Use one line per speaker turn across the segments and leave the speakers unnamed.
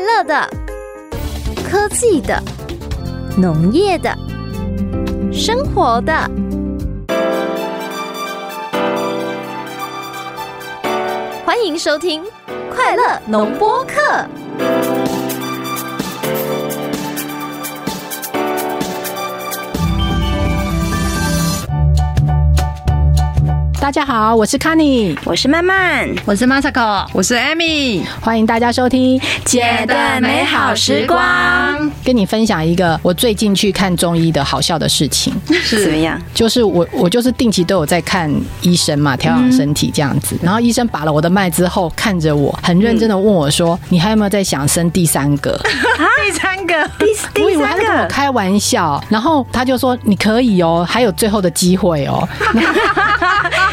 乐的、科技的、农业的、生活的。欢迎收听《快乐农播课》。
大家好，我是 c a n n y
我是曼曼，
我是 Masako，
我是 Amy，
欢迎大家收听《
姐的美好时光》。
跟你分享一个我最近去看中医的好笑的事情，
是怎么样？
啊
就是我我就是定期都有在看医生嘛，调养身体这样
嗯
子。然后医生把了我的脉之后，看着我很认真的问我说：“你还有没有在想生第三 个？”
第三个，
第
我以
第
为他
三
在跟我
个，
开玩笑，然后他就说：“你可以哦，还有最后的机会哦。”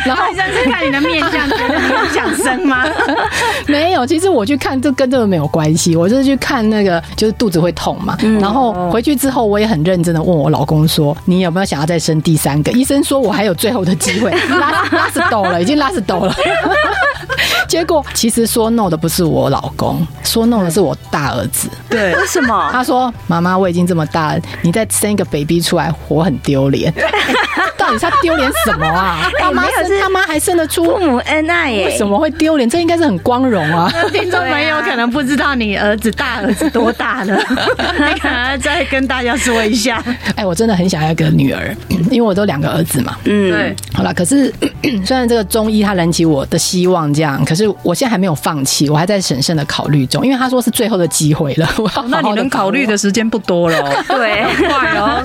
然后
好像是看你的面相，觉得你有想生 吗？
没有，其实我去看这跟这个没有关系，我就是去看那个就是肚子会痛嘛，
嗯
然
哦
后回去之后我也很认真的问我老公说，你有没有想要再生第三个？医生说我还有最后的机 会，拉拉死抖了，已经拉死抖了。 结果其实说 no 的不是我老公，说 no 的是我大儿子。
对，
为什么？
他说：“妈妈，我已经这么大了，你再生一个 baby 出来，我很丢 脸。到底是他丢脸什么啊？他妈
哎没有
生
是
他妈还生得
父
出，
母恩爱耶，
为什么会丢脸？这应该是很光荣啊！
听众朋友可能不知道你儿子大儿子多大 了，嗯
那可能再跟大家说一下，
哎，我真的很想要一个女儿，因为我都两个儿子嘛。
嗯，，
好了，可是 虽然这个中医它燃起我的希望，这样，可是我现在还没有放弃，我还在审慎的考虑中，因为他说是最后的机会了。我要好好地
哦那你能考虑的时间不多了哦，
对。
快哦，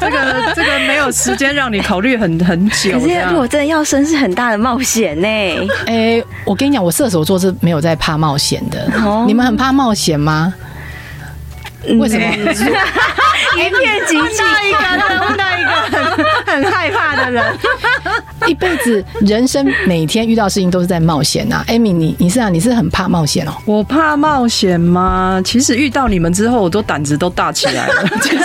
这个这个没有时间让你考虑很很久
可
这
是如
样
果。真的要生，是很大的冒险呢。
把握。哎、我跟你讲，我射手座是没有在怕冒险的。
哦
你们很怕冒险吗？为什么？
嗯
嗯
一片寂静，
一个问到一个很很害怕的人，
一辈子人生每天遇到事情都是在冒险呐、艾米，你你是啊，你是很怕冒险哦。
我怕冒险吗？其实遇到你们之后，我都胆子都大起来了。 其实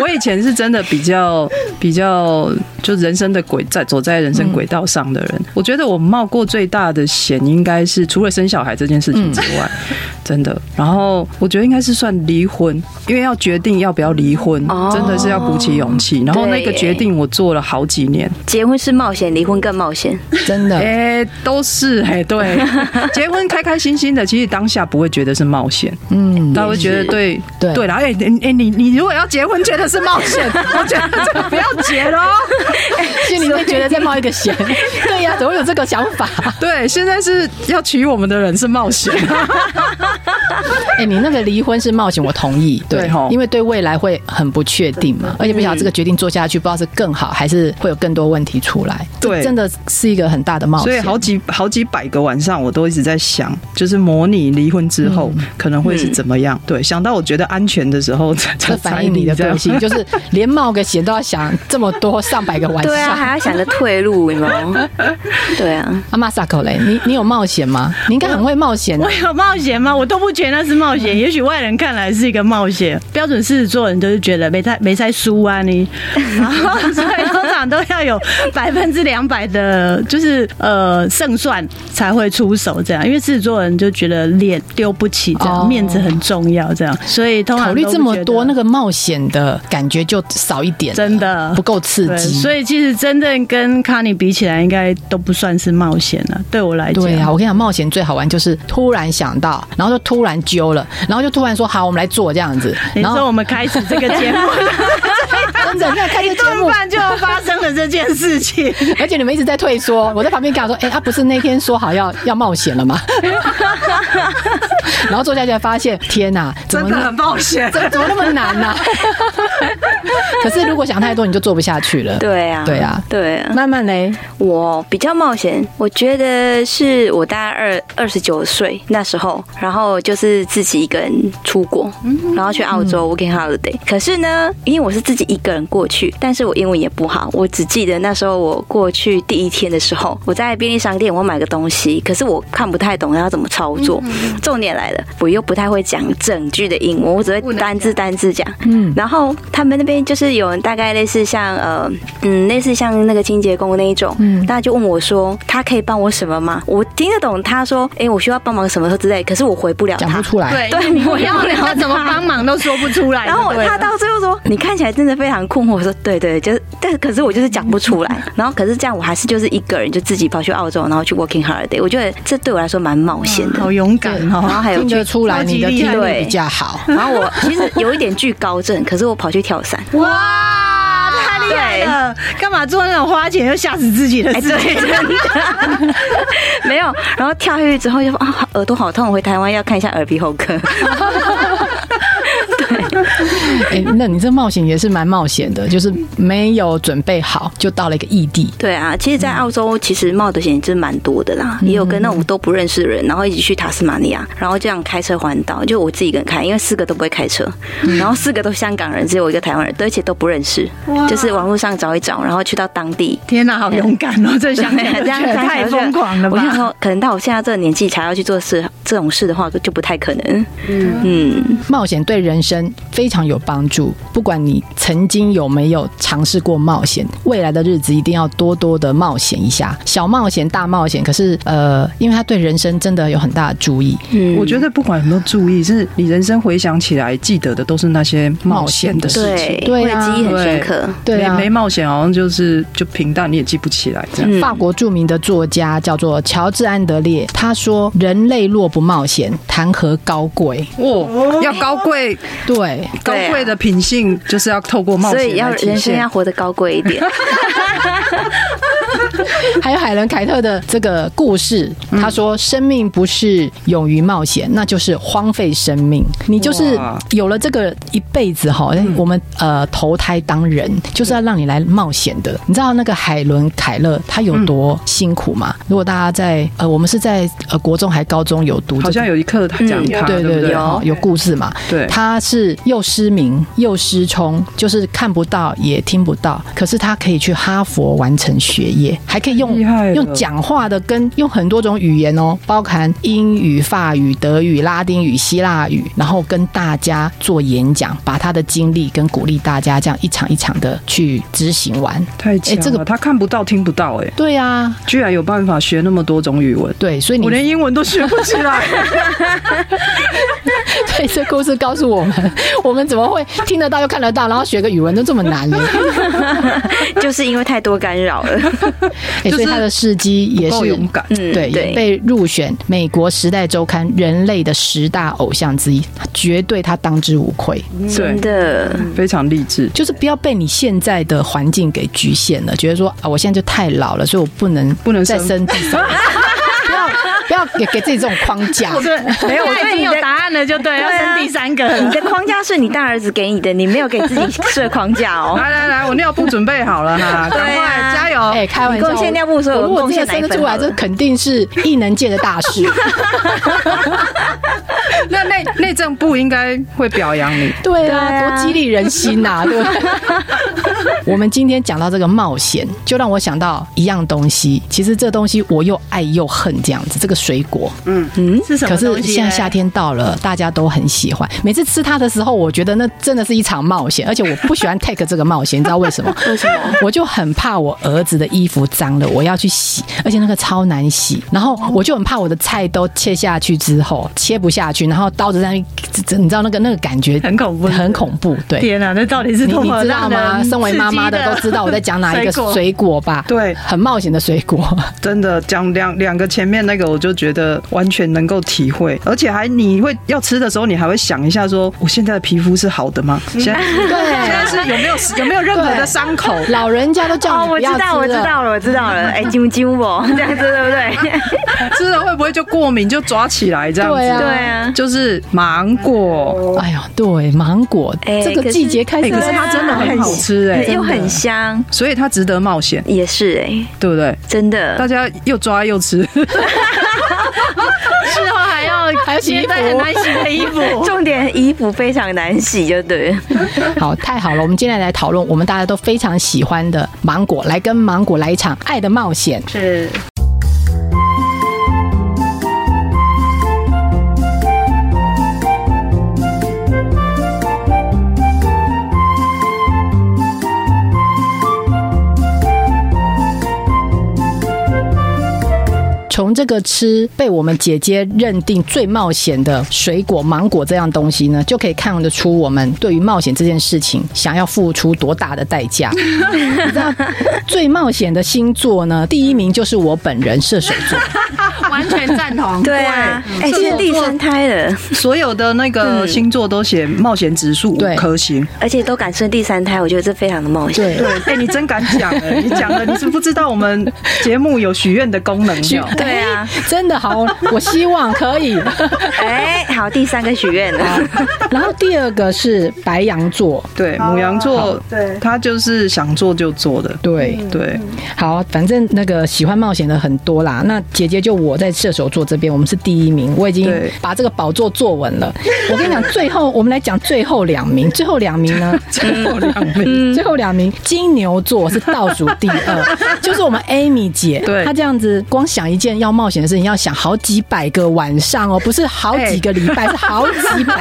我以前是真的比较比较，就人生的轨在走在人生轨道上的人。
嗯
我觉得我冒过最大的险，应该是除了生小孩这件事情之外，
嗯
真的。然后我觉得应该是算离婚，因为要决定要不要离婚，
哦
真的是要鼓起勇气。然后那个
对耶
决定我做了好几年，
结婚是冒险，离婚更冒险。
真
嗯
的，
哎、都是哎、对， 结婚开开心心的，其实当下不会觉得是冒险，
嗯，
他会觉得对
对
对啦，哎、你哎、你你如果要结婚，觉得是冒 险，我觉得这个不要结 喽。
心里面觉得在冒一个 险。对呀、怎么会有这个想法？
对，现在是要娶我们的人是 冒险，
哎、你那个离婚是冒险，我同意，对
对吼
因为对未来会很不确定嘛，而且不晓得这个决定做下去，不知道是更好还是会有更多问题出来，
对
这真的是一个很大的冒
所以
险。
好几好几百个晚上，我都一直在想，就是模拟离婚之后、可能会是怎么样。对，想到我觉得安全的时 候，才
这
才
反映你的
才
个
离嗯这
性，
样
就是连冒个险都要想这么多上百个晚
对啊，
上。
还要想着退路，你知 道吗？对啊，
阿玛萨口嘞，你你有冒险吗？你应该很会冒 险、啊
我。有哎冒险吗？我都不觉得那是冒
嗯
险，也许外人看来是一个冒险。标准狮子座人都是觉得没在没在输 啊你，然后所以通常都要有百分之两百的，就是呃胜算才会出手这样，因为狮子座人就觉得脸丢不起，这样、
哦
面子很重要这样，所以通常
考
都
虑这么多，
不觉得
那个冒险的感觉就少一点了，
真的
不够刺
对，
激。
所以其实真正跟卡尼比起来，应该都不算是冒险了。对我来讲，
对啊，我跟你讲，冒险最好玩就是突然想到，然后就突然揪了，然后就突然说好，我们来做这样子。
你
然后
说我们开始这个节目，
真的在开这节
突
目，
然就发生了这件事情，
而且你们一直在退缩。我在旁边跟他说：“哎、他、不是那天说好要要冒险了吗？” 然后坐下去才发现，天哪、怎么
真的很
那
冒险。
怎么怎么那么难呢、啊 可是如果想太多，你就做不下去了。
对啊，
对啊
对啊。
慢慢嘞，
我比较冒险，我觉得是我大概二二十九岁那时候，然后就是
嗯
自己一个人出国，然后去澳洲 working holiday。可是呢，因为我是自己一个人人过去，但是我英文也不好，我只记得那时候我过去第一天的时候，我在便利商店我买个东西，可是我看不太懂要怎么操作。
嗯
重点来了，我又不太会讲整句的英文，我只会单字单字讲。嗯，然后他们那边就是有人大概类似像呃嗯类似像那个清洁工那一种，嗯，大家就问我说他可以帮我什么吗？我听得懂他说，哎、我需要帮忙什么之类，可是我回不了
讲
他
不。出来。
对，对，你要他怎么帮忙都说不出来。
然后我
对
他到最后说：“你看起来真的非常困惑。”我说：“对对，就是，但可是我就是讲不出来。
嗯
然后可是这样，我还是就是一个人就自己跑去澳洲，然后去 working holiday。我觉得这对我来说蛮冒险的。
好勇敢
然后
哦，
还有
嗯听
去
得，出来，
超级
你的
厉
听
害
力
对
比较好。
然后我其实有一点惧高症，可是我跑去跳伞。
哇，太厉害了！干嘛做那种花钱又吓死自己的
哎，
事
对，
情？
真的 没有。然后跳下去之后就说啊，耳朵好痛，我回台湾要看一下耳鼻喉科。
哎，那你这冒险也是蛮冒险的，就是没有准备好就到了一个异地。
对啊，其实，在澳洲其实冒的险真蛮多的啦，也有跟那种都不认识的人，然后一起去塔斯马尼亚，然后这样开车环岛，就我自己一个人开，因为四个都不会开车，然后四个都香港人，只有我一个台湾人，对而且都不认识，就是网络上找一找，然后去到当地。
天哪，好勇敢哦！这想起来
对
就
这样
觉得
想起来
太
就觉得
疯狂了
我想
吧？
说，可能到我现在这个年纪才要去做事这种事的话，就不太可能。嗯，
冒险对人生非常有帮助，不管你曾经有没有尝试过冒险，未来的日子一定要多多的冒险一下，小冒险、大冒险。可是呃，因为它对人生真的有很大的注意，
嗯
我觉得不管有没有注意，是你人生回想起来记得的都是那些冒险的事情。
对，
对
我的
啊
记忆很深
对
刻。
对啊
没。没冒险好像就是就平淡，你也记不起来这样。
嗯
法国著名的作家叫做乔治·安德烈，他说：“人类若不冒险，谈何高贵
哦，要高贵？”
对，
高
对啊
贵的品性就是要透过冒
所
险
以要
来体
人生
现
要。活得高贵一点。
还有海伦凯特的这个故事，他
嗯
说：“生命不是勇于冒险，那就是荒废生命。你就是
哇嗯
有了这个一辈子哈，我们呃投胎当人，就是要让你来冒险的。你知道那个海伦凯勒她
嗯
有多辛苦吗？如果大家在呃，我们是在呃国中还高中有读这个，
好像有一刻讲他，
嗯对
不
对
对？哦
哈有故事嘛。
对
他是又失明又失聪，就是看不到也听不到，可是他可以去哈佛完成学业，还可以用
厉害了
用讲话的跟用很多种语言哦，包含英语、法语、德语、拉丁语、希腊语，然后跟大家做演讲，把他的经历跟鼓励大家这样一场一场的去执行完。
太强了，
哎这个
他看不到听不到、哎，
对啊，
居然有办法学那么多种语文。
对，所以你
我连英文都学不起来，
对，这故事告诉我们，我们怎么会听得到又看得到，然后学个语文都这么 难呢？
就是因为太多干扰了。
欸、所以他的事迹也
不够
是
勇敢。
嗯，
对，也被入选美国《时代周刊》人类的十大偶像之一，绝对他当之无愧。
对
嗯真，的，
非常励志。
就是不要被你现在的环境给局限了，觉得说啊，我现在就太老了，所以我不能
不能
再
生
生第三个。不要不要给给自己这种框架，
对，没有，我已经有答案了，就对，啊要生第三个
你
了。
的框架是你大儿子给你的，你没有给自己设框 架哦。
来来来，我尿布准备好了哈，赶快
对啊
加油！
哎、开玩笑，
你贡献尿布所以我
如果
贡献
真的生得
奶粉
出来，
好了
这肯定是异能界的大事。
那内内政部应该会表扬你。
对啊，
对啊
多激励人心呐、对不对？我们今天讲到这个冒险，就让我想到一样东西。其实这东西我又爱又恨，这样子。这个水果，
嗯是什
可
么
是
东西啊
现
呢？
在夏天到了，大家都很喜欢。每次吃它的时候，我觉得那真的是一场冒险，而且我不喜欢 take 这个冒险，你知道为什 么？为什么？我就很怕我儿子的衣服脏了，我要去洗，而且那个超难洗。然后我就很怕我的菜都切下去之后切不下去，然后刀子在那边，你知道那个那个感觉
很恐怖
很恐怖。 对，
天哪，那到底是
你
多
你
么
知道
让
吗？
人
身为妈妈的
刺激
都知道我在讲哪一个
水果
水果吧？
对
很冒险的水 果。
真的讲两两个前面那个，我就觉得完全能够体会，而且还你会要吃的时候，你还会想一下说，我现在的皮肤是好的吗？现在 现在是有没有有没有任何的伤口？
老人家都叫
哦，
你不
我知
要吃
道，我知
了，
道了，我知道了。哎，金不金我 这样子对不对？
吃了会不会就过敏就抓起来这样子？
对啊
对啊，
就是芒果，
哎呦，对，芒果，
哎
这个季节开
哎，
始，
可是它真的很好吃哎，
又很香，
所以它值得冒险，
也是哎、
对不对？
真
大
的。
家又抓又吃，
事后还要
还有洗衣
携
服
带很难洗的衣 服。
重点衣服非常难洗，就对了。
好，太好了！我们今天来讨论我们大家都非常喜欢的芒果，来跟芒果来一场爱的冒险。
是，
从这个吃被我们姐姐认定最冒险的水果芒果这样东西呢，就可以看得出我们对于冒险这件事情想要付出多大的代价。你知道最冒险的星座呢，第一名就是我本人射手座。
完全赞同。
对啊，哎、这是第三胎了，
所有的那
嗯
个 星座都写冒险指数
对
五颗星。
而且都敢生第三胎，我觉得这非常的冒险。
对
对，哎、你真敢讲哎、你讲了，你是不知道我们节目有许愿的功能的。
对啊，
真的好，我希望可 以。
哎、好，第三个许愿了，
然后第二个是白羊座，
对，母羊座，
对
他就是想做就做的。
对，
嗯
对，
好，反正那个喜欢冒险的很多啦。那姐姐就我在射手座这边，我们是第一名，我已经
对
把这个宝座坐稳了。我跟你讲，最后我们来讲最后两名，最后两名呢，
最后两名，
最后两名金牛座是倒数第二， 就是我们 Amy 姐，
对
她这样子光想一件要冒险的事情，要想好几百个晚上哦，不是好几个礼拜，是好几 百、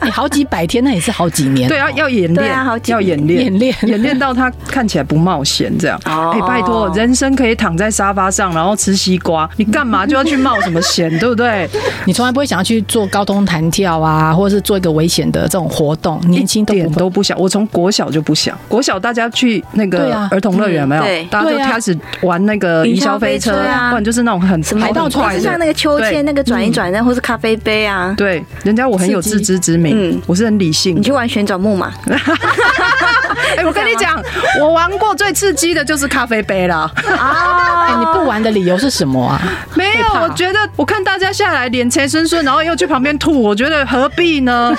哎好几百天，那也是好几年。
对，要要演
对啊
练
好，几
要演练，
演练
演练到他看起来不冒险这样。
哦
哎，拜托，人生可以躺在沙发上，然后吃西瓜，你干嘛就要去冒什么 险，对不对？
你从来不会想要去做高空弹跳啊，或者是做一个危险的这种活动，年轻都
一
不
点
会。
都不想，我从国小就不想。国小大家去那
对
个
啊
儿童乐园有没
嗯对
有，大家就
对啊
开始玩那个
云
云
霄
霄
飞
飞车
车啊，
不然就是那种很
什么
跑很
到
快
处
的，
就像那个秋
对
千，那个转一转，那或是咖啡杯啊，
对，人家我很有
刺激
自知之明
嗯，
我是很理性
你。去玩旋转木马，
哎，我跟你
啊
讲，我玩过最刺激的就是咖啡杯 啦。
哎、你不玩的理由是什么 啊？
没有，我觉得我看大家下来脸财生顺，然后又去旁边吐，我觉得何必 呢？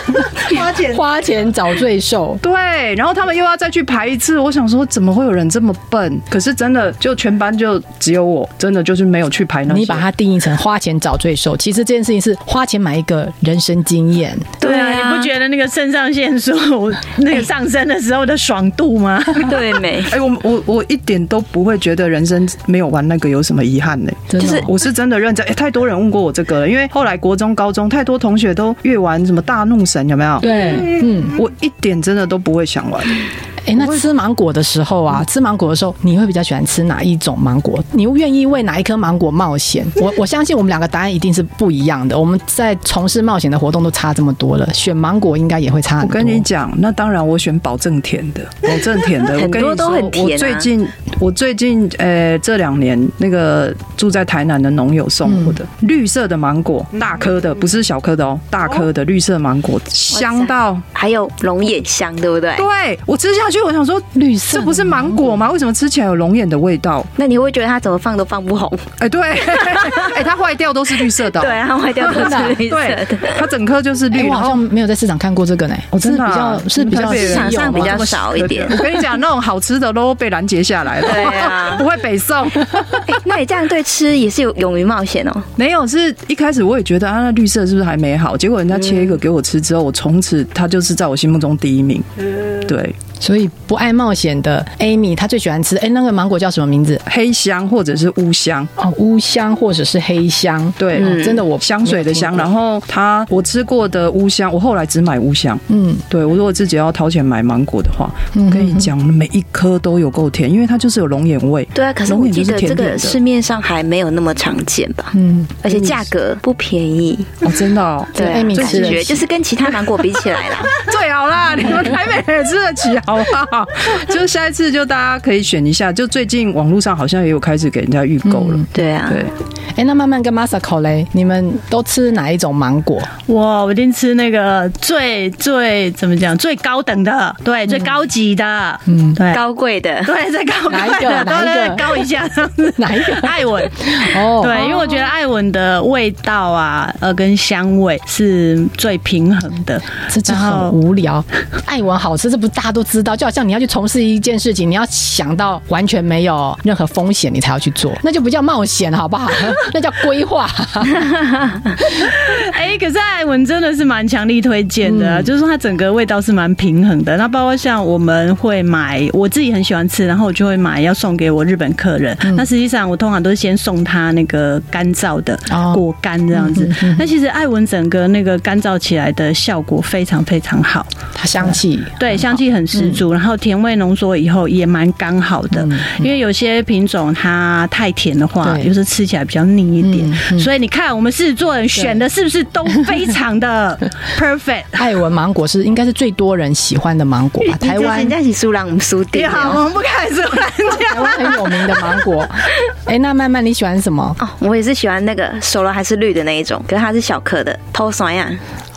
花钱找罪受。
对，然后他们又要再去排一次，我想说怎么会有人这么笨？可是真的，就全班就只有我，真的就是没有去排那些。
你把它定义成花钱找罪受，其实这件事情是花钱买一个人生经验。
对啊，你不觉得那个肾上腺素那个上升的时候的爽度吗？
对没？
哎、我我我一点都不会觉得人生没有玩那个有什么遗憾呢、
真的哦
我是真的认真。哎、太多人问过我这个了，因为后来国中、高中太多同学都越玩什么大怒神，有没有？
对，嗯，
我一点真的都不会想玩。
哎、那吃芒果的时候
嗯
啊，吃芒果的时候，你会比较喜欢吃哪一种芒果？你愿意为哪一颗芒果冒险？我我相信我们两个答案一定是不一样的。我们在从事冒险的活动都差这么多了，选芒果应该也会差
我
很多。
跟你讲，那当然我选保证甜的，保证甜的。我
很
跟
多
你
都
说，
很甜啊
我最近我最近呃这两年那个住在台南的农友送我的、绿色的芒果，大颗的，不是小颗的哦，大颗的绿色芒果，香到。
还有龙眼香，对不对？
对我吃下去，我想说
绿色
这不是芒果吗？为什么吃起来有龙眼的味道？
那你会觉得它怎么放都放不红，
哎、对， 哎、它坏掉都是绿色的哦、
对，啊它坏掉都是绿色
对
的。，
它整颗就是
哎、
绿，
我好
然后
像没有在市场看过这个呢，我真
真的
比
啊
较是比
你
较
们台北人啊
市场上
稀有
比
吗
较少一点
我跟你讲，那种好吃的都被拦截下来了，
对 啊
不会北 送。
哎那你这样对吃也是有勇于冒险哦。
没有，是一开始我也觉得啊，那绿色是不是还没好？结果人
嗯
家切一个给我吃之后，我从此它就是在我心目中第一名。
嗯
对，
所以不爱冒险的 Amy，她最喜欢吃哎、那个芒果叫什么名字？
黑香或者是乌香，
哦，乌香或者是黑香。
对
嗯
哦真的我
香水的香。
没有
然后它我吃过的乌香，我后来只买乌香。
听过。嗯，
对我如果自己要掏钱买芒果的话，
嗯
我跟你讲，每一颗都有够甜，因为它就是有龙眼味。
对啊，可是
龙
我
眼
记
就是
得
甜
这
甜
个
的
市面上还没有那么常见吧？
嗯，
而且价格不便宜，
哦，真的 哦，
对啊，
Amy
感
吃得
觉
起
就是跟其他芒果比起来啦，
最好啦，你们台北人也吃得起好好不好？就下一次就大家可以选一下，就最近网络上好像也有开始给人家预购了。
对啊，
对，
哎、那慢慢跟 Masako 嘞，你们都吃哪一种芒 果？
哇，我一定吃那个最最怎么讲最高等的，对，最高级的，嗯，对，
高贵的，
对，最高
哪一个
贵 的，
哪一个
对对 对高一 下，这样子
哪一个
艾文，
哦，
对，因为我觉得艾文的味道啊，呃，跟香味是最平衡的。
这就
然
很
后
无聊。爱玩好吃，这不是大家都知道？就好像你要去从事一件事情，你要想到完全没有任何风险，你才要去做， 那就不叫冒险，好 不好？那叫规划。
哎、可是艾文真的是蛮强力推荐的啊、就是说它整个味道是蛮平衡的。那包括像我们会买，我自己很喜欢吃，然后我就会买要送给我日本客人。那实际上我通常都是先送他那个干燥的
哦
果干这样子。那其实艾文整个那个干燥起来的效果非常非常好。
它香气，
对，香气很十足，然后甜味浓缩以后也蛮刚好的。因为有些品种它太甜的话，
对
有时候吃起来比较腻一点。
嗯嗯
所以你看，我们狮子座人选的是不是都非常的 perfect？
爱文芒果是应该是最多人喜欢的芒 果吧？台湾
人家是苏朗姆苏
你
迪
好，
哦。
我们不开始乱
台
讲。
湾很有名的芒 果。哎、那曼曼你喜欢什么？
哦，我也是喜欢那个熟了还是绿的那一种，可是它是小颗的，偷酸呀。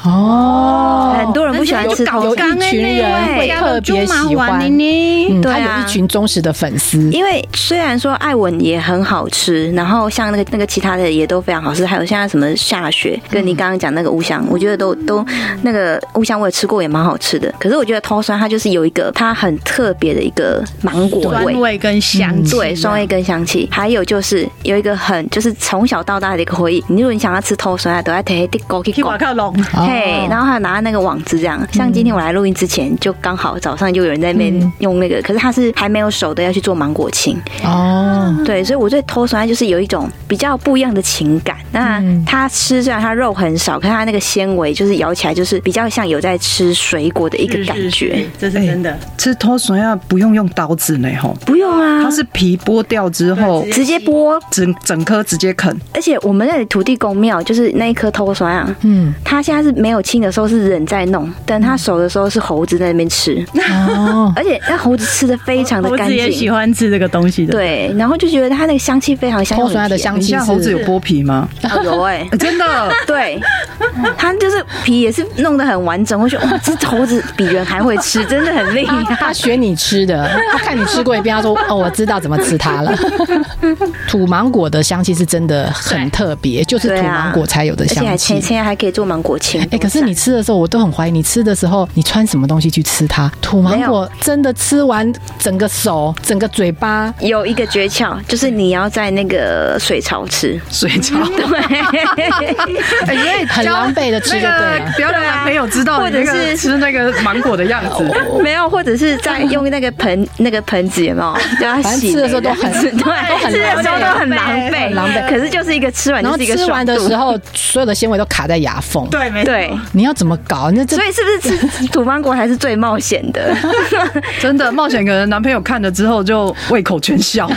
哦，
很多人不喜欢吃
有
偷
有
酸，
一群
欸
人会特别喜欢。
你
嗯，
对
他
啊
有一群忠实的粉丝，
因为虽然说艾文也很好吃，然后像那个那个其他的也都非常好吃，还有现在什么下雪，跟你刚刚讲那个乌香，我觉得都都那个乌香我也吃过，也蛮好吃的。可是我觉得偷酸它就是有一个它很特别的一个芒果
酸
嗯味。嗯
味跟香气，啊
对，酸味跟香气，还有就是有一个很就是从小到大的一个回忆。你如果你想要吃偷酸啊，都要提地沟去
去
搞
瓦。靠龙，
哦
嘿、然后还有拿那个网子这样，像今天我来录音之前，就刚好早上就有人在那边用那个，可是它是还没有熟的，要去做芒果青。
哦，
对，所以我对偷酸就是有一种比较不一样的情感。那它吃虽然它肉很少，可是它那个纤维就是咬起来就是比较像有在吃水果的一个感
是
觉。，
是是这是真的。
吃脱笋要不用用刀子呢，吼，
不用啊
它，是皮剥掉之后，
直接剥。
整整颗直接啃，
而且我们那里土地公庙就是那一颗偷酸啊，
嗯，
它现在是没有青的时候是人在弄，等它熟的时候是猴子在那边吃，
哦，
而且那猴子吃的非常的
猴
干
子也喜
净。
欢吃这个东西的，
对，然后就觉得它那个香气非常香，
偷酸的香
你
气
现在猴子有
是
剥皮 吗？
又很甜有 哎、
欸真的，
对，它就是皮也是弄得很完整，我觉得哇，这猴子比人还会吃，真的 很厉
他
害。
学你吃 的，他看你吃过一遍，他说：“哦，我知道怎么吃它了。”土芒果的香气是真的很特别，就是
对
土
啊
芒果才有的
而且还
香
现
气。
现在还可以做芒果青。
哎、可是你吃的时候，我都很怀疑你吃的时候，你穿什么东西去吃它？土芒果真的吃完整个手、整个嘴巴，
有一个诀窍，就是你要在那个水槽吃。
水槽。
哦
对，
哎，所以
很
教
狼狈地吃就对了
那啊个不要让男朋友知道
啊对啊
你那
或者
个
是
吃那个芒果的样 子。
没有，或者是在用那个盆那个盆子有没有？就要
反正
洗
吃的
那
时候
个
都
样
很
子，对，
很
吃的时候
狼狈
都很狼狈，
很狼狈
可是就是一个吃完
然后
就是一个
吃完
爽
的
度
时，候，所有的纤维都卡在牙缝。
对，没错
对。
你要怎么搞？那这
所以是不是吃土芒果还是最冒险的？
真的，冒险可能男朋友看了之后就胃口全 消。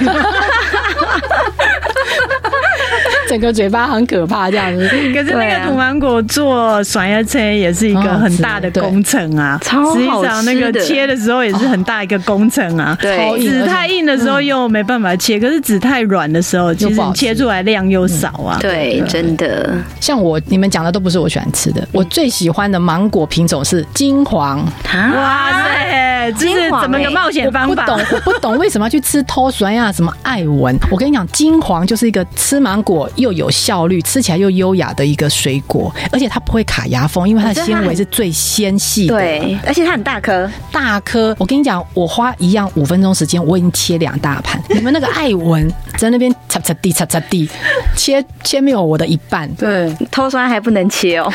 整个嘴巴很可怕，这样子。
可是
对
那
啊
个土芒果做甩牙车也是一个很大的工程啊，
很好吃
实
对
际上那个切的时候也是很大一个工程啊。
超
对
硬
籽太硬的时候又没办法切，可是籽太软的时候，其
不
实
好
你
吃
嗯切出来量又少啊。
对，真的。
像我你们讲的都不是我喜欢吃的，
嗯
我最喜欢的芒果品种是金黄。
啊
哇塞，这是
金黄
怎么个
欸
冒险方法
我？不懂，我不懂为什么要去吃偷酸呀、什么艾文。我跟你讲，金黄就是一个吃芒果又有效率，吃起来又优雅的一个水果，而且它不会卡牙缝，因为它的纤维是最纤细的。
对，而且它很大颗，
大颗，我跟你讲，我花一样五分钟时间，我已经切两大盘。你们那个艾文在那边擦擦地擦擦地，切切没有我的一半。
对，
偷酸还不能切哦。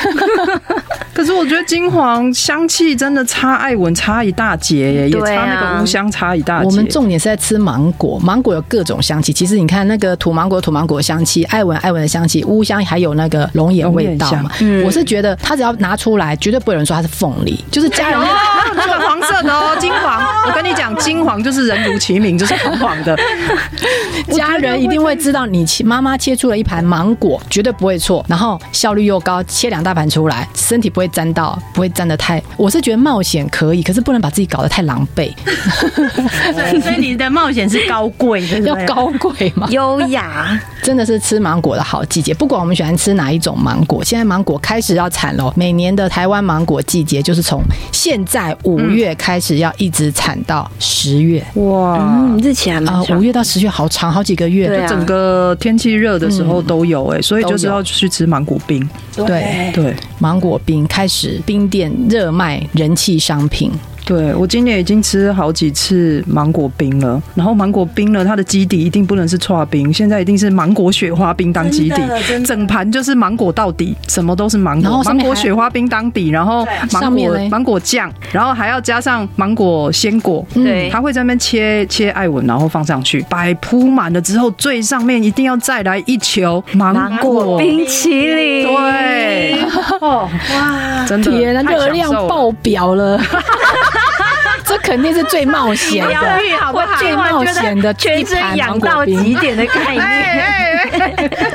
可是我觉得金黄香气真的差艾文差一大截耶，也
对
差
啊
那个乌香差一大截。
我们重点是在吃芒果，芒果有各种香气。其实你看那个土芒果，土芒果香气，艾文艾文的香气，乌香还有那个龙眼味道嘛。我是觉得它只要拿出来，绝对不会有人说它是凤梨，就是家人。
哦，这个黄色的哦，金黄。我跟你讲，金黄就是人如其名，就是黄黄的。
家人一定会知道你切妈妈切出了一盘芒果，绝对不会错，然后效率又高，切两大盘出来，身体不会沾到，不会沾的太。我是觉得冒险可以，可是不能把自己搞得太狼狈，
所以所以你的冒险是高贵的，对不
要
对
高贵嘛。
优雅，
真的是吃芒果的好季节，不管我们喜欢吃哪一种芒果，现在芒果开始要产了。每年的台湾芒果季节就是从现在五月开始，要一直产到十月
哇，
嗯，日期还
啊，
蛮
五、
长。
月到十月好长，好几个月。
对啊
整个天气热的时候都有哎、所以就是
都
要
有
去吃芒果冰。
对，
对
芒果冰开始冰店热卖人气商品，
对，我今年已经吃好几次芒果冰了，然后芒果冰呢，它的基底一定不能是刨冰，现在一定是芒果雪花冰当基底，整盘就是芒果到底，什么都是芒
然
果
后，上
芒
面
果
还
雪花冰当底，然后
上
芒
面
果
嘞
芒果酱，然后还要加上芒果鲜果，
对
它会在那边切切艾文，然后放上去，摆铺满了之后，最上面一定要再来一球芒
芒果
果
冰淇淋，
对，哦，哇，真的，
天啊，
太
热量
享受了
爆表了。 这肯定是最冒 险的，
疗愈好不好？
最冒险的一
全
盘
身
芒
痒
果
到
冰。
极点的概念。
哎哎哎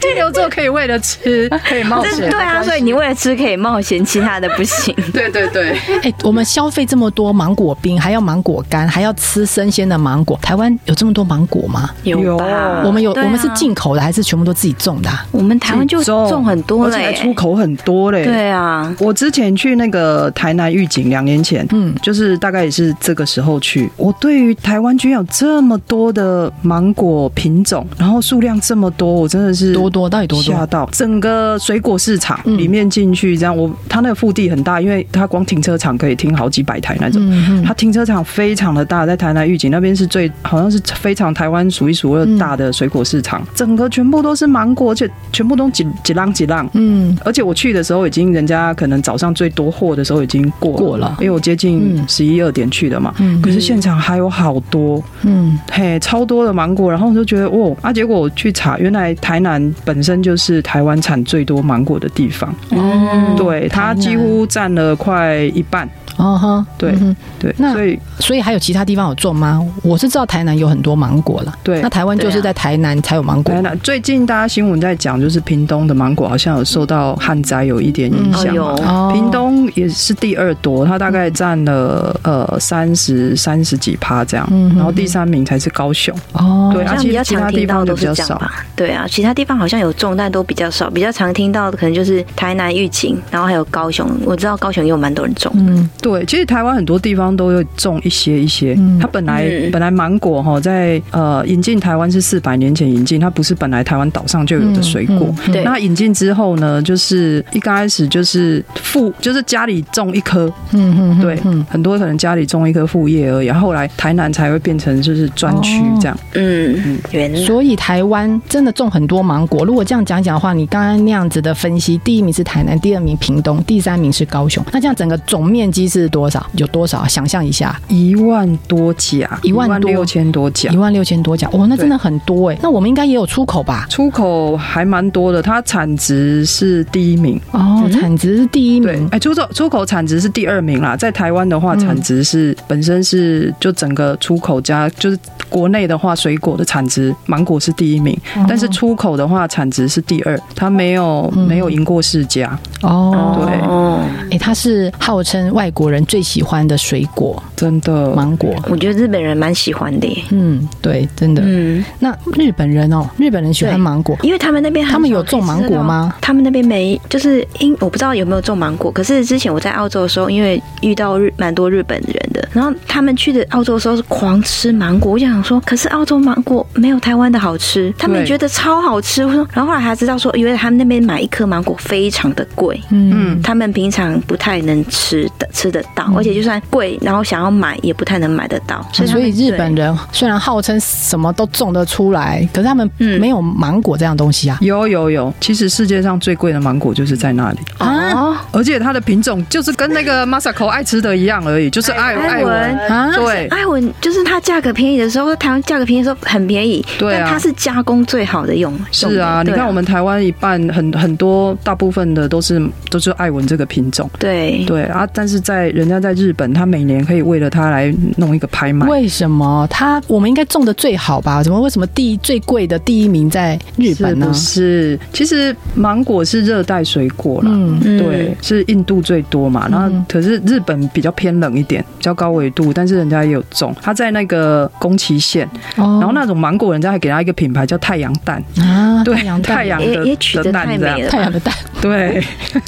金牛座可以为了吃可以冒
这
险
对，啊，所以你为了吃可以冒险，其他的不行。
对对对，
哎、我们消费这么多芒果冰，还要芒果干，还要吃生鲜的芒果。台湾有这么多芒果吗？
有
吧
我们有，
对啊
我们是进口的，还是全部都自己种的、啊？
我们台湾就种很多
而
嘞、
且还出口很多嘞。
对啊，
我之前去那个台南预警，两年前，嗯，就是大概也是这个时候去。我对于台湾居然有这么多的芒果品种，然后数量这么多，我真嗯的是
多多到底多嗯
吓
多？
到！整个水果市场里面进去，这样我它那个腹地很大，因为它光停车场可以停好几百台那种。
嗯
它停车场非常的大，在台南预警那边是最好像是非常台湾数一数二大的水果市
嗯
场，整个全部都是芒果，而且全部都几几浪几浪。
嗯，
而且我去的时候，已经人家可能早上最多货的时候已经过
过了
因为我接近
嗯
十一二点去的嘛。
嗯
可是现场还有好多，
嗯
嘿，超多的芒果，然后我就觉得哦，啊，结果我去查，原来台南本身就是台湾产最多芒果的地方，
哦
对，它几乎占了快一半，
哦哈，
对
嗯哼
对，
那
所以
所以还有其他地方有种吗？我是知道台南有很多芒果了，
对啊
那台湾就是在台南才有芒果
台。南最近大家新闻在讲，就是屏东的芒果好像有受到旱灾有一点影响嘛。
嗯
哦
屏东也是第二多，它大概占了呃三十三十几趴这样，
嗯
然后第三名才是高雄。
哦，
对，
好
而
像比
且
较
其
常
他
听
地
到
方就
都
比
是
较
这样
少。
吧？对啊，其他地方好像有种，但都比较少。比较常听到的可能就是台南玉井，然后还有高雄。我知道高雄也有蛮多人种。
嗯，
对，其实台湾很多地方都有种一些一些。
嗯
它本来、
嗯
本来芒果哈，在呃引进台湾是四百年前引进，它不是本来台湾岛上就有的水果。
嗯
对
那引进之后呢，就是一刚开始就是副，就是家里种一颗，
嗯嗯，嗯
对，
嗯
很多可能家里种一棵副业而已，然后后来台南才会变成就是专区
哦
这样。
嗯，原来
所以台湾真的种很多芒果。如果这样讲讲的话，你刚刚那样子的分析，第一名是台南，第二名屏东，第三名是高雄。那这样整个总面积是多少？有多少？想象一下，
一万多甲，
一万多
六千多甲
一。万六千多甲，哦，那真的很多哎、那我们应该也有出口吧？
出口还蛮多的，它产值是第一名。
哦，产值是第一
对
名，，
哎，出口出口产值是第二名啦。在台湾的话，产值是、本身是就整个出口加就是国内的话，水果的产值芒果是第一名，但是出口的话产值是第二，它没有、没有赢过世家。
哦，
对，
哦，
哎、它是号称外国人最喜欢的水果
真的
芒果。
我觉得日本人蛮喜欢的耶。
嗯，对，真的。
嗯，
那日本人哦，日本人喜欢
对
芒果，
因为他们那边很
他们有
少可以
种芒
吃得
果
到
吗？
他们那边没，就是因我不知道有没有种芒果。可是之前我在澳洲的时候，因为遇到日蛮多日本人的，然后他们去的澳洲的时候是狂吃芒果。我就想说，可是澳洲芒果没有台湾的好吃，他们也
对
觉得超好吃。我说，然后后来才知道说，因为他们那边买一颗芒果非常的贵。
嗯，
他们平常不太能吃的吃得到，而且就算贵，然后想要买也不太能买得到，所以
啊
他
所
们
以日
对
本人虽然号称什么都种得出来，可是他们
嗯
没有芒果这样东西啊。
有有有，其实世界上最贵的芒果就是在那里，
啊
哦，
而且它的品种就是跟那个 Masako 爱吃的一样而已，就是爱
艾
爱
文
文。
啊，
嗯对，
艾文就是它价格便宜的时候，台湾价格便宜的时候很便宜，
对啊
但它是加工最好的用。
是啊，
用的
你
对
看我们台湾一半很很多大部分的都是都是爱文这个品种。
对
对啊，但是在在人家在日本，他每年可以为了它来弄一个拍卖。
为什么他我们应该种的最好吧？怎么为什么第一最贵的第一名在日本呢？
啊是不是，其实芒果是热带水果啦，
嗯，
嗯
对，是印度最多嘛。然后可是日本比较偏冷一点，比较高纬度，但是人家也有种。它在那个宫崎县，
哦
然后那种芒果，人家还给它一个品牌叫太阳蛋，
啊，
对
太阳，蛋
太阳
也也
的
取
的
得太
蛋这样
美。了
太
吧。
阳的蛋，
对，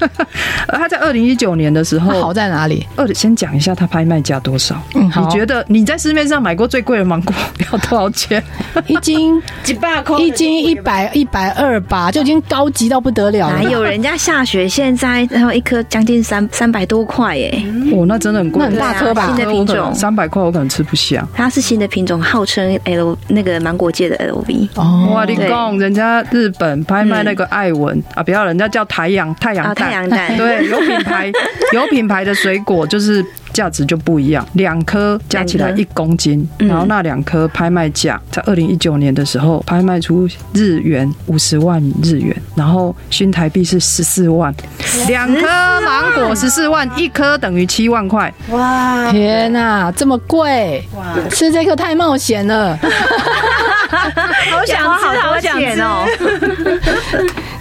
而它在二零一九年的时
它好
候，
在哪里？
二先讲一下它拍卖价多少。
嗯，
你
好，
觉得你在市面上买过最贵的芒果要多少钱？
一斤
几百块
一斤一百一百二吧，就已经高级到不得了
啊
哪
了。
有人家下雪？现在然后一颗将近三三百多块耶，
哦，那真的很贵，
嗯那很大
对啊
颗吧
新的品种，
三百块我可能吃不下。
它是新的品种，号称 L 那个芒果界的 LV。
哦，
哇，你讲人家日本拍卖那个艾文、啊，不要人家叫太阳太阳
啊，
蛋，
太 阳蛋，
对，有品牌有品牌的水果就是价值就不一样，两颗加起来
两颗
一公斤，
嗯
然后那两颗拍卖价在二零一九年的时候拍卖出日元五十万日元，然后新台币是十四万，两颗芒果十四万，一颗等于七万块，
哇！
天哪、这么贵！吃这个太冒险了，
好想吃，好想
钱
吃
哦！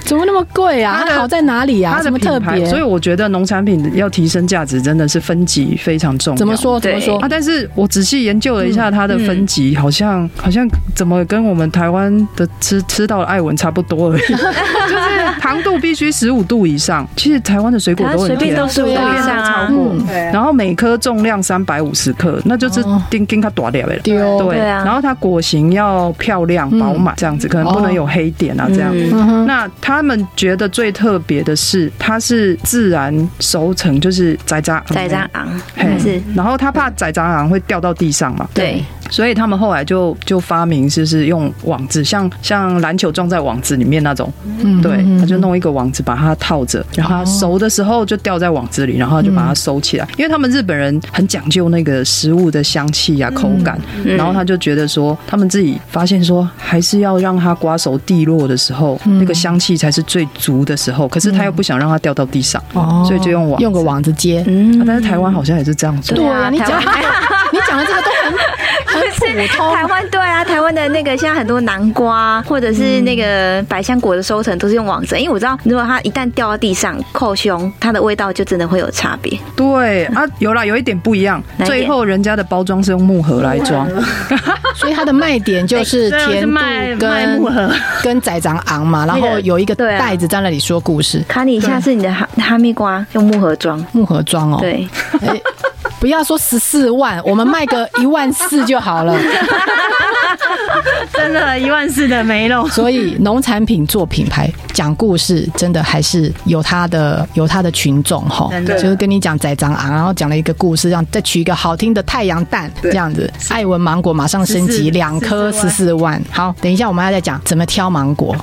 怎么那么贵啊？
它的
它好在哪里啊？
它
什
的
么
品
特
牌，
别？
所以我觉得农产品要提升价值真的是分级非常重要。
怎么说？怎
对
么说
啊，？但是我仔细研究了一下它的分级，好像好像怎么跟我们台湾的吃吃到的艾文差不多而已， 就是糖度必须十五度以上。其实台湾的水果
它
都
随
很
便
甜
都，是五
对
以
啊
上超过，
嗯，
然后每颗重量三百五十克，那就是
哦
丁丁它短了了。
丢
对，
对啊
然后它果型要漂亮
哦嗯
饱满，这样子可能不能有黑点啊，这样。
嗯
嗯哼
那他们觉得最特别的是，它是自然熟成，就是摘渣
再加昂
嘿
还是
嗯然后他怕宰蟑螂会掉到地上嘛，
对，
所以他们后来就就发明，就是用网子，像像篮球装在网子里面那种，
嗯
对
嗯，
他就弄一个网子把它套着，然后它熟的时候就掉在网子里，然后他就把它收起来，因为他们日本人很讲究那个食物的香气啊、口感，
嗯
然后他就觉得说，他们自己发现说，还是要让它瓜熟蒂落的时候，那个香气才是最足的时候，可是他又不想让它掉到地上，
哦
所以就用网子
用个网子接。
啊
嗯
但是台湾好像也是这样做。
对啊，你
台
讲
湾
你讲的这个都很很普
台
通。
湾对啊，台湾的那个现在很多南瓜或者是那个百香果的收成都是用网子，因为我知道如果它一旦掉到地上扣胸，它的味道就真的会有差别。
对啊，有啦，有一点不一样
哪。一点
最后人家的包装是用木盒来装，
所以它的卖点就是
哎
对
甜
是
度
卖卖
跟
木盒
跟仔长昂 嘛，然后有一个
对啊
袋子在那里说故事，
卡尼，下次你的哈哈密瓜用木盒装，
木盒装哦。
对，
哎，不要说十四万，我们卖 个一万四就好了。
真的，一万四的梅肉，
所以农产品做品牌讲故事，真的还是有它的有它的群众哈，
真的
就是跟你讲宰蟑螂，然后讲了一个故事，让再取一个好听的太阳蛋这样子。艾文芒果马上升级
14
两颗十四万，好，等一下我们要再讲怎么挑芒果。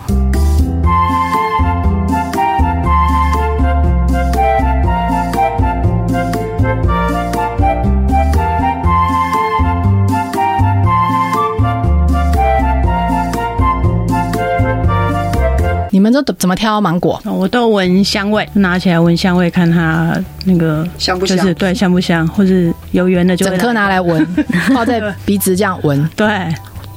你们都怎么挑芒果？
我都闻香味，拿起来闻香味，看它那个
香不香
就是对香不香，或是有缘的就会
整颗拿来闻，靠在鼻子这样闻，
对，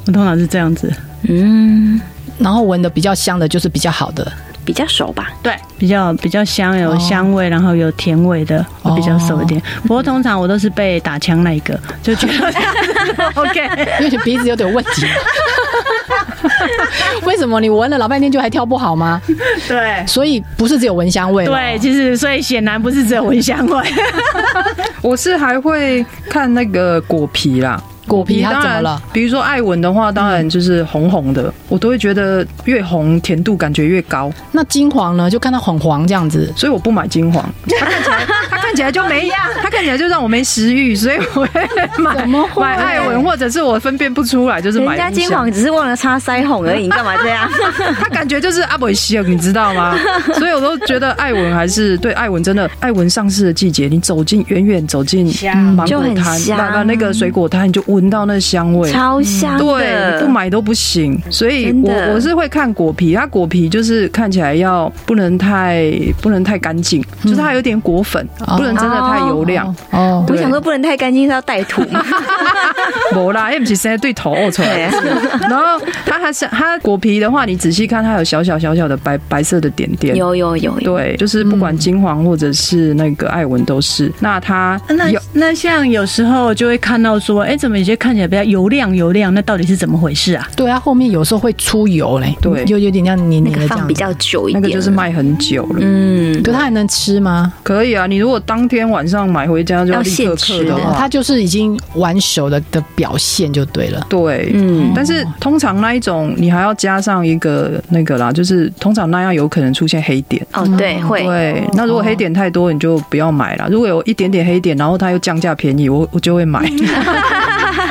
我通常是这样子，
嗯，
然后闻的比较香的，就是比较好的。
比较熟吧。
对，哦比较比较香，有香味，然后有甜味的，我比较熟一点。不过通常我都是被打枪那一个，就觉得 OK。
因为你鼻子有点问题。 为什么你闻了老半天就还挑不好吗？
对
所以不是只有闻香味咯
对，，其实所以显然不是只有闻香味，
我是还会看那个果皮啦。
果皮它怎么
当然
了？，
比如说艾文的话，当然就是红红的，我都会觉得越红甜度感觉越高，
那金黄呢？就看它很黄这样子。
所以我不买金 黄。它看起来，它看起来就没，它看起来就让我没食欲，所以我会买
怎么会
买艾文，或者是我分辨不出来，就是买
人家
金
金
黄。
黄只是忘了擦腮红而已，你干嘛这样？
他感觉就是阿伯西尔，你知道 吗？所以我都觉得艾文还是对艾文真的，艾文上市的季节，你走进远远走进
香
嗯芒
就
果
很
摊，
香
那那那个水果摊，你就闻到那香味，
超香的，
对，不买都不行。所以
真
我
的
我是会看果皮，它果皮就是看起来要不能太不能太干净，就
嗯
是它有点果粉，
哦
不能真的太油亮。
哦，
我
对
想说不能太干净，是要带土吗？
没啦，也不是现在对头呕出
对
来。 然后它还是它果皮的话，你仔细看，它有小小小小的白白色的点点。
有有有有，
对，就是不管金黄或者是那个艾文都是。
嗯
那它
那
有
那像有时候就会看到说，哎、怎么有些看起来比较油亮油亮，那到底是怎么回事啊？
对啊，后面有时候会出油嘞，
对
就有点像黏
那
黏
个
的这
放
样
比
子。
较久一
那
点，
个就是，卖很久了。
嗯，
可它还能吃吗？
可以啊，你如果当天晚上买回家就
要
立
现
刻
吃
刻的
对
哦
话，
它就是已经完熟的的表现就对了。
对，
嗯
但是通常那一种你还要加上一个那个啦，就是通常那样有可能出现黑点。
哦对会，
对，那如果黑点太多，你就不要买了。如果有一点点黑点，然后它又降价便宜，我我就会
嗯
买。
啊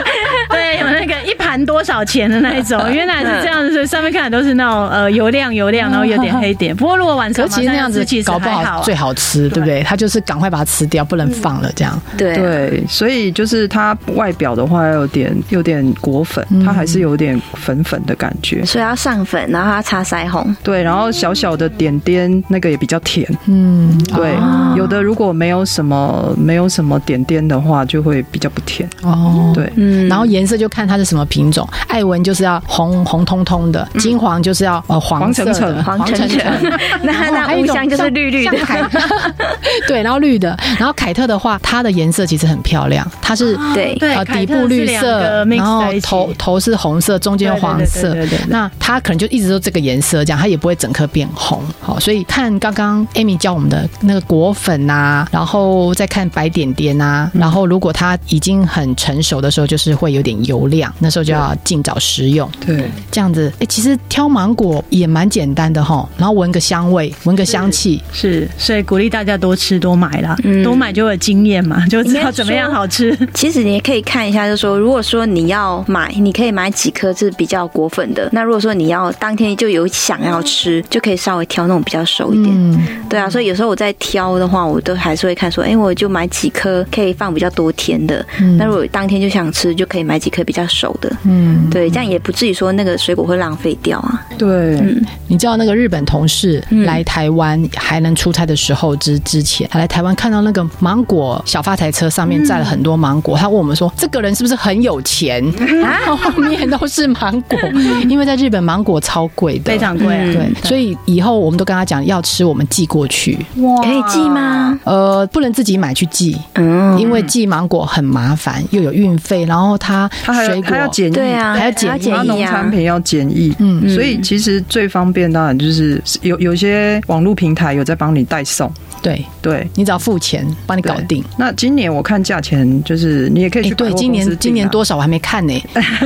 对，有那个一盘多少钱的那一种， 原来是这样子，所以上面看的都是那种呃油亮油 亮，然后有点黑点。不过如果晚
可
上
是其实那样子
马上吃其实
搞不
还好啊
最好吃，对不对？它就是赶快把它吃掉，不能放了这样。
对啊
对，所以就是它外表的话有点有点果粉，
嗯
它还是有点粉粉的感觉。
所以要上粉，然后要擦腮红，
对，然后小小的点点那个也比较甜。
嗯，
对，有的如果没有什么没有什么点点的话，就会比较不甜。
哦。
对，
嗯，
然后颜色就看它是什么品种，艾文就是要红红彤彤的，金黄就是要呃黄色的
黄橙橙
黄哦橙橙，那
然后还
那
有一
乌
种
香就是
像
绿绿的，
像凯 对，然后绿的，然后凯特的话，它的颜色其实很漂亮，它是
对
对
呃，
凯
底
特是
部绿
两
色
个，mix
然后
在一起
头头是红色，中间黄色
对对对对对对。
那它可能就一直都这个颜色，这样它也不会整颗变红。好，所以看刚刚 Amy 教我们的那个果粉啊，然后再看白点点啊，
嗯
然后如果它已经很成熟的时候，就是会有点油亮，那时候就要尽早食用。
对，
这样子，哎、其实挑芒果也蛮简单的哈，然后闻个香味，闻个香气，
是，所以鼓励大家多吃多买啦，
嗯
多买就有经验嘛， 就知
应该
道怎么样好吃。
其实你也可以看一下，就是说，如果说你要买，你可以买几颗是比较果粉的。那如果说你要当天就有想要吃，就可以稍微挑那种比较熟一点。
嗯，
对啊，所以有时候我在挑的话，我都还是会看说，哎、我就买几颗可以放比较多天的。那如果当天就想吃，就可以买几颗比较熟的。
嗯，
对，这样也不至于说那个水果会浪费掉啊。
对，
你知道那个日本同事
嗯
来台湾还能出差的时候之之前，他来台湾看到那个芒果小发财车上面载了很多芒果，他问我们说：“这个人是不是很有钱？”
嗯
然后后面都是芒果，因为在日本芒果超贵的，
非常贵啊，
嗯
对，所以以后我们都跟他讲要吃，我们寄过去，
可以寄吗？
呃，不能自己买去寄，
嗯，
因为寄芒果很麻烦，又有运费，然后它
它还
水
要
果
它要检疫，
对啊，
还要检疫
它
要检
农
疫
产
啊。
品要检疫。
嗯
所以其实最方便当然就是有有些网络平台有在帮你代送，
对
对，
你只要付钱，帮你
对
搞定。。
那今年我看价钱就是你也可以
哎，
去百
对，
货公司
今
订
年
啊
今年多少我还没看 呢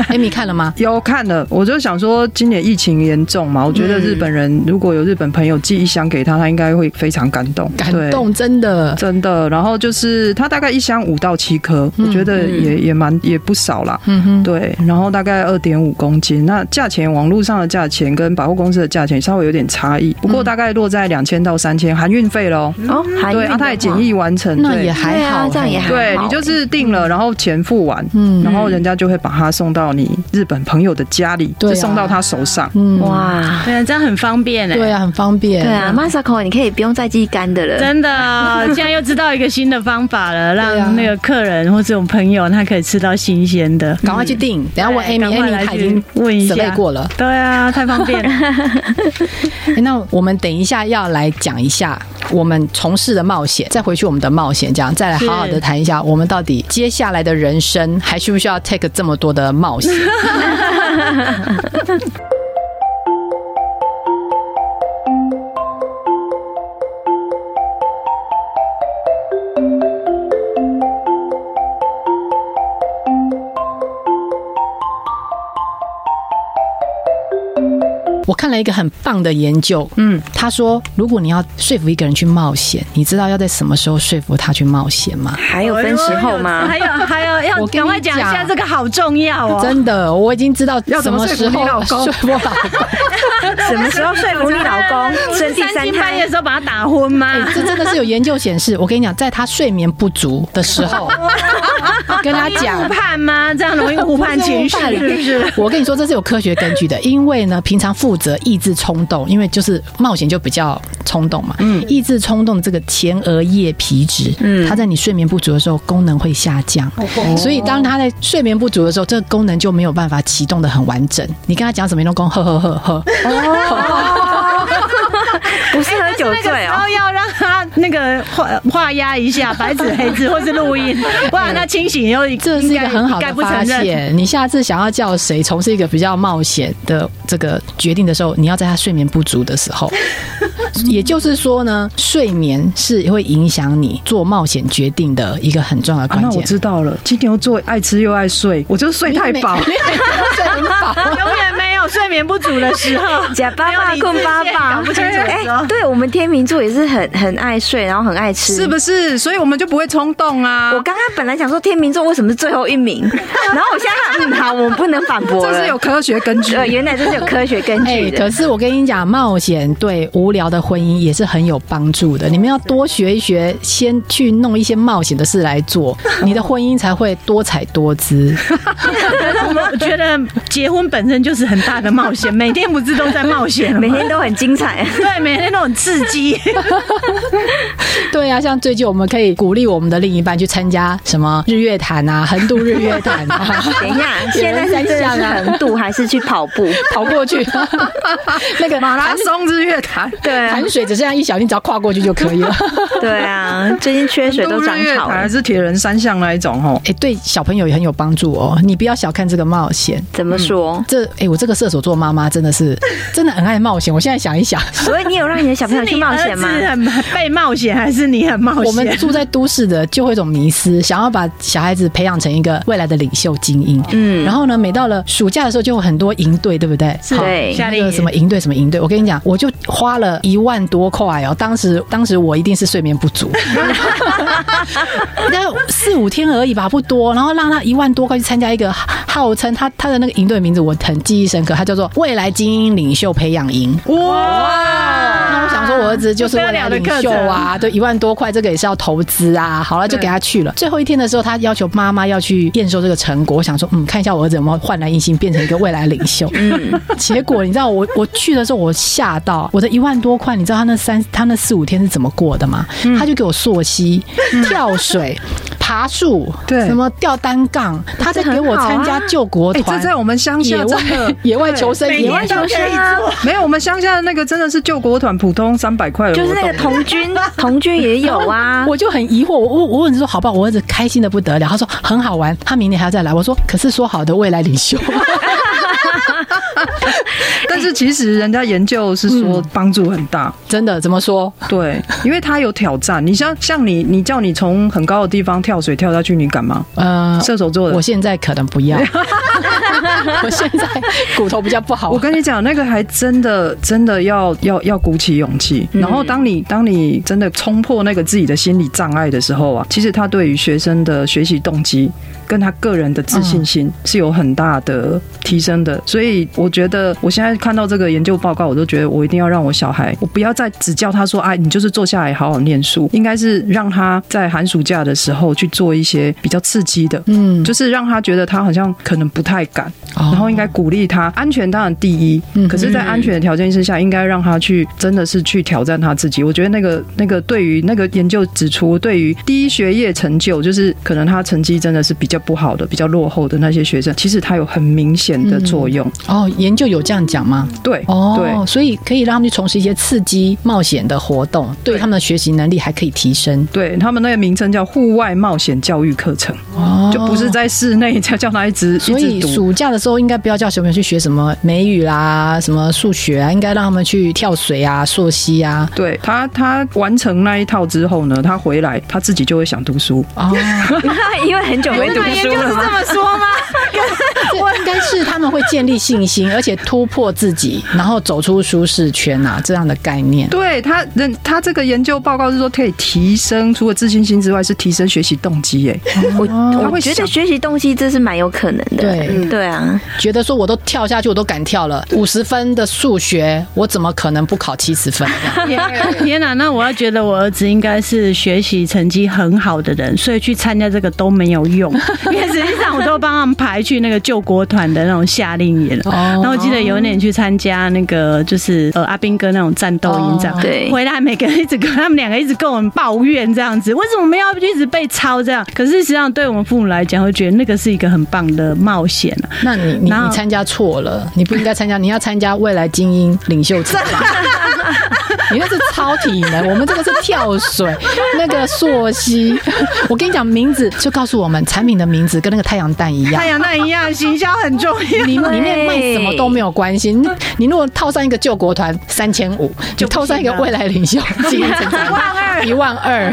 ，Amy 看了吗？
有看了，我就想说今年疫情严重嘛，我觉
嗯
得日本人如果有日本朋友寄一箱给他，他应该会非常感动，
感
对
动，真的。
真的，然后就是它大概一箱五到七颗，我觉得也、也蛮也不少啦。
嗯哼，
对，然后大概二点五公斤，那价钱网络上的价钱跟百货公司的价钱稍微有点差异，不过大概落在两千到三千，含运费喽。
哦，还
对，啊，它也检疫完成，
那
对
也还好
对啊
欸，
这样也还
对
好
你就是定了，然后钱付完，
嗯
然后人家就会把它送到你日本朋友的家里，
对啊
就送到他手上。
嗯，
哇。
对啊，这样很方便哎、
对啊，很方便。
对啊，Masako，你可以不用再寄干的了。
真的，现在又知道一个新的方法了，
对啊
让那个客人或者我朋友他可以吃到新鲜的。
赶快去订，
嗯
等下问
对赶
Amy，Amy
快来
她已
去
经
问一下
survey 过 了。哎
对啊，太方 便了。
诶那我们等一下要来讲一下我们从事的冒险，再回去我们的冒险，这样再来好好的
是
谈一下我们到底接下来的人生还需不需要 take 这么多的冒险。 我看了一个很棒的研究，嗯，他说，如果你要说服一个人去冒险，你知道要在什么时候说服他去冒险吗？
还有分时候吗
哎还？有还有，要
我跟你
赶快讲一下，
讲
这个好重要哦。
真的，我已经知道
要
什
怎么
时
说服
候
你老公
说服 我老公。
什么时候说服你老
啊
公生第
三
三
更半夜
胎
的？时候把他打昏吗？
哎这真的是有研究显示，我跟你讲，在他睡眠不足的时候，跟他 讲
啊误。判吗？这样容易误判情绪，是不是？
我跟你说，这是有科学根据的，因为呢，平常负责抑制冲动，因为就是冒险就比较冲动嘛。嗯，抑制冲动的这个前额叶皮质，嗯，它在你睡眠不足的时候功能会下降，所以当它在睡眠不足的时候，这个功能就没有办法启动的很完整。你跟他讲什么，你都讲呵呵呵呵，
不是喝酒
那个
醉
时
哦
候。要让他那个画画押一下，白纸黑字或是录 音，不然他清醒又
这是一个很好
应该
的
不
发
承认。
现。你下次想要叫谁从事一个比较冒险的这个决定的时候，你要在他睡眠不足的时 候。也就是说呢，睡眠是会影响你做冒险决定的一个很重要的
啊，
关
那我
键。
知道了，金牛座爱吃又爱睡，我就睡太饱。
永远没有睡眠不足的时候，
假巴
没有
巴
理智
棍巴
线
巴
搞不清楚的时候
对我们天秤座也是很很爱睡，然后很爱 吃，
是不是？所以我们就不会冲动啊。
我刚刚本来想说天秤座为什么是最后一名，然后我现在看嗯好，我们不能反驳
这
了。
是有科学根据的。
呃，原来这是有科学根
哎、
据的。
可是我跟你讲，冒险对无聊的婚姻也是很有帮助
哦
的。你们要多学一学，先去弄一些冒险的事来 做，你的婚姻才会多彩多姿。
我们觉得结婚本身就是很大的冒险，每天不是都在冒险吗
每？天都很精彩，
对，每天都很刺激。
对啊，像最近我们可以鼓励我们的另一半去参加什么日月潭啊、横渡日月潭 啊。
等一下，现在是
三
真的
项
是
啊
横渡还是去跑步？
跑过去， 那个
马 拉松日月潭，
对 啊
潭水只剩下一小，你只要跨过去就可 以了。
对啊，最近缺水都涨
日月
潮
潭
了
还，是铁人三项那一种哦。
哎、对小朋友也很有帮助哦。你不要小看这个冒险，
怎么说？
这哎、我这个射手座妈妈真的是真的很爱冒险。我现在想一想，
所以你有让 你的小朋友去冒险吗？
是你儿子很被冒险，还是你很冒
我们
险？
住在都市的就会有一种迷失，想要把小孩子培养成一个未来的领袖精英。嗯，然后呢，每到了暑假的时候，就有很多营队，对不对？
是
好
对
那个什么营队什么营队，我跟你讲，我就花了一万多块哦。当时当时我一定是睡眠不足， 那四五天而已吧，不多。然后让他一万多块去参加一个号称他他的那个营队名字我很记忆深刻，他叫做未来精英领袖培养营。那我想说，我儿子就是未来领袖啊，对，一万多块，这个也是要投资啊。好了，就给他去了。最后一天的时候，他要求妈妈要去验收这个成果。我想说，嗯，看一下我儿子有没有焕然一新，变成一个未来领袖。嗯，结果你知道我我去的时候，我吓到我的一万多块，你知道他那三他那四五天是怎么过的吗？
嗯
他就给我溯溪、跳水、爬树，
对
什么吊单杠，他在给我参加救国
啊哎、
团，
这在我们乡
野
下
外
真 的
野外求生，野外求生。
生啊，
没有，我们乡下的那个真的是救国团，普通三百块的
就是
活
那个
动。
童 军，童军也有啊。
我就很疑惑，我我我问说好不好？我儿子开心的不得了，他说很好玩，他明年还要再来。我说可是说好的未来领袖，
但是其实人家研究是说
嗯
帮助很大，
真的怎么说？
对，因为它有挑战。你像像你，你叫你从很高的地方跳水跳下去，你敢吗？
呃，
射手座的
我，现在可能不要， 我现在骨头比较不好
我。跟你讲，那个还真的真的要要要鼓起勇气。然后当你当你真的冲破那个自己的心理障碍的时候啊，其实他对于学生的学习动机跟他个人的自信心是有很大的提升的。所以我觉得我现在看到这个研究报告，我都觉得我一定要让我小孩，我不要再只教他说，哎，你就是坐下来好好念书，应该是让他在寒暑假的时候去做一些比较刺激的，
嗯
就是让他觉得他好像可能不太敢，
哦嗯
然后应该鼓励他，安全当然第一，可是，在安全的条件之下，应该让他去真的是去挑战他自己。我觉得那个那个对于那个研究指出，对于低学业成就，就是可能他成绩真的是比较不好的、比较落后的那些学生，其实他有很明显的作用。
哦，研究有这样讲吗？
对，对。
哦，所以可以让他们去从事一些刺激冒险的活动，对他们的学习能力还可以提升。
对他们那个名称叫户外冒险教育课程，
哦
就不是在室内叫叫他一直
所
一
以
直读。
暑假的时候应该不要叫小朋友去学什么美语啦、什么数学啊，应该让他们去跳水啊、溯溪啊。
对他，他完成那一套之后呢，他回来他自己就会想读书。
哦，
因为很久没读书了嘛。
这应该是他们会建立信心，而且突突破自己，然后走出舒适圈啊，这样的概念。
对他，人他这个研究报告是说可以提升，除了自信心之外，是提升学习动机。哎，
我
他
我
会
觉得
想
学习东西这是蛮有可能的。
对
嗯对啊，
觉得说我都跳下去，我都敢跳了，五十分的数学，我怎么可能不考七十分？
天哪、那我要觉得我儿子应该是学习成绩很好的人，所以去参加这个都没有 用，因为实际上我都帮他们排去那个救国团的那种夏令营。
哦
哦，然后我记得有一年去参加那个就是呃阿兵哥那种战斗营这样，
哦
对
回来每个人一直跟他们两个一直跟我们抱怨这样子，为什么我们要一直被抄这样？可是实际上对我们父母来讲，会觉得那个是一个很棒的冒险啊。
那你你
然后
你参加错了，你不应该参加，你要参加未来精英领袖计划。 你那是超体能，我们这个是跳水，那个溯溪。我跟你讲，名字就告诉我们产品的名字跟那个太阳蛋一样
太，阳哎蛋一样，行销很重要。
里里面卖什么都没有关系。你你如果套上一个救国团三千五，就套上一个未来领袖精英成长 班一万二，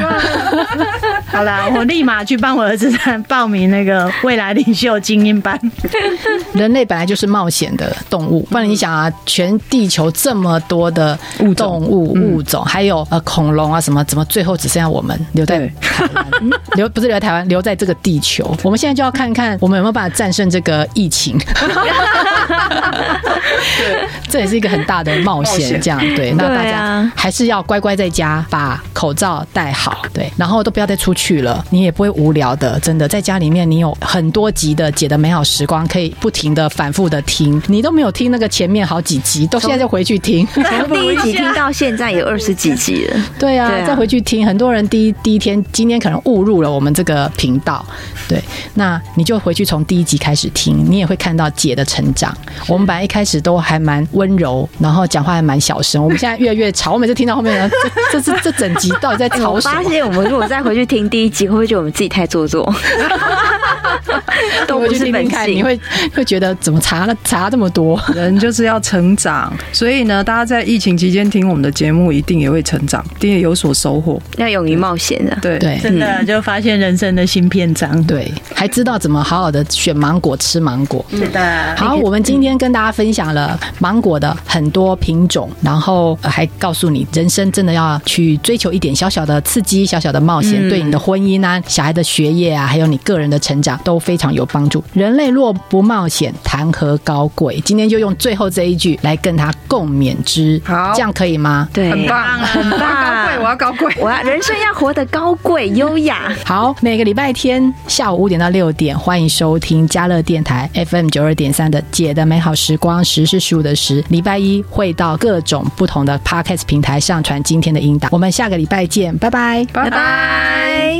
好啦，我立马去帮我儿子报名那个未来领袖精英班。
人类本来就是冒险的动物，不然你想啊，全地球这么多的动物物种，还有呃恐龙啊什么，怎么最后只剩下我们留在
对
台湾？嗯 留不是留在台湾，留在这个地球。我们现在就要看看我们有没有办法战胜这个疫情。这也是一个很大的冒
冒
险，
险
这样对。那大
对
家
啊
还是要乖乖在家，把口罩戴好，对，然后都不要再出去了，你也不会无聊的。真的，在家里面你有很多集的《姐的美好时光》，可以不停的反复的听，你都没有听那个前面好几集，都现在就回去听。
从第一集啊听到现在有二十几集了。
对啊，
对啊
再回去听，很多人第一第一天，今天可能误入了我们这个频道，对，那你就回去从第一集开始听，你也会看到姐的成长。我们本来一开始都还蛮温柔，然后讲话还蛮小声，我们现在越来越吵，我每次听到后面，这这这这整集到底在
我
吵什
发
么？
现我们如果再回去听第一集，会不会觉得我们自己太做作？ 都
回
不
去
是
听
本
听看，
性。
你会会觉得怎么查了查这么多？
人就是要成长，所以呢，大家在疫情期间听我们的节目，一定也会成长，一定也有所收获。
要勇于冒险的。
对，
对。
真的就发现人生的新篇章。
对，还知道怎么好好的选芒果吃芒果。
是的，
好，我们今天跟大家分享了芒果的很多品种，然后呃还告诉你，人生真的要去追求一点小小的刺激、小小的冒险，对你的婚姻啊、小孩的学业啊，还有你个人的成长都非常有帮助。人类若不冒险，谈何高贵？今天就用最后这一句来跟他共勉之，
好
这样可以吗？
对，
很棒，很
棒
高贵，我要高贵。
我要人生要活得高贵优雅。
好，每个礼拜天下午五点到六点，欢迎收听嘉乐电台 FM 九二点三的《姐的美好时光》，十是十五的十。礼拜一会到各种不同的 Podcast 平台上传今天的音档。我们下个礼拜见，拜拜。
拜
拜。拜。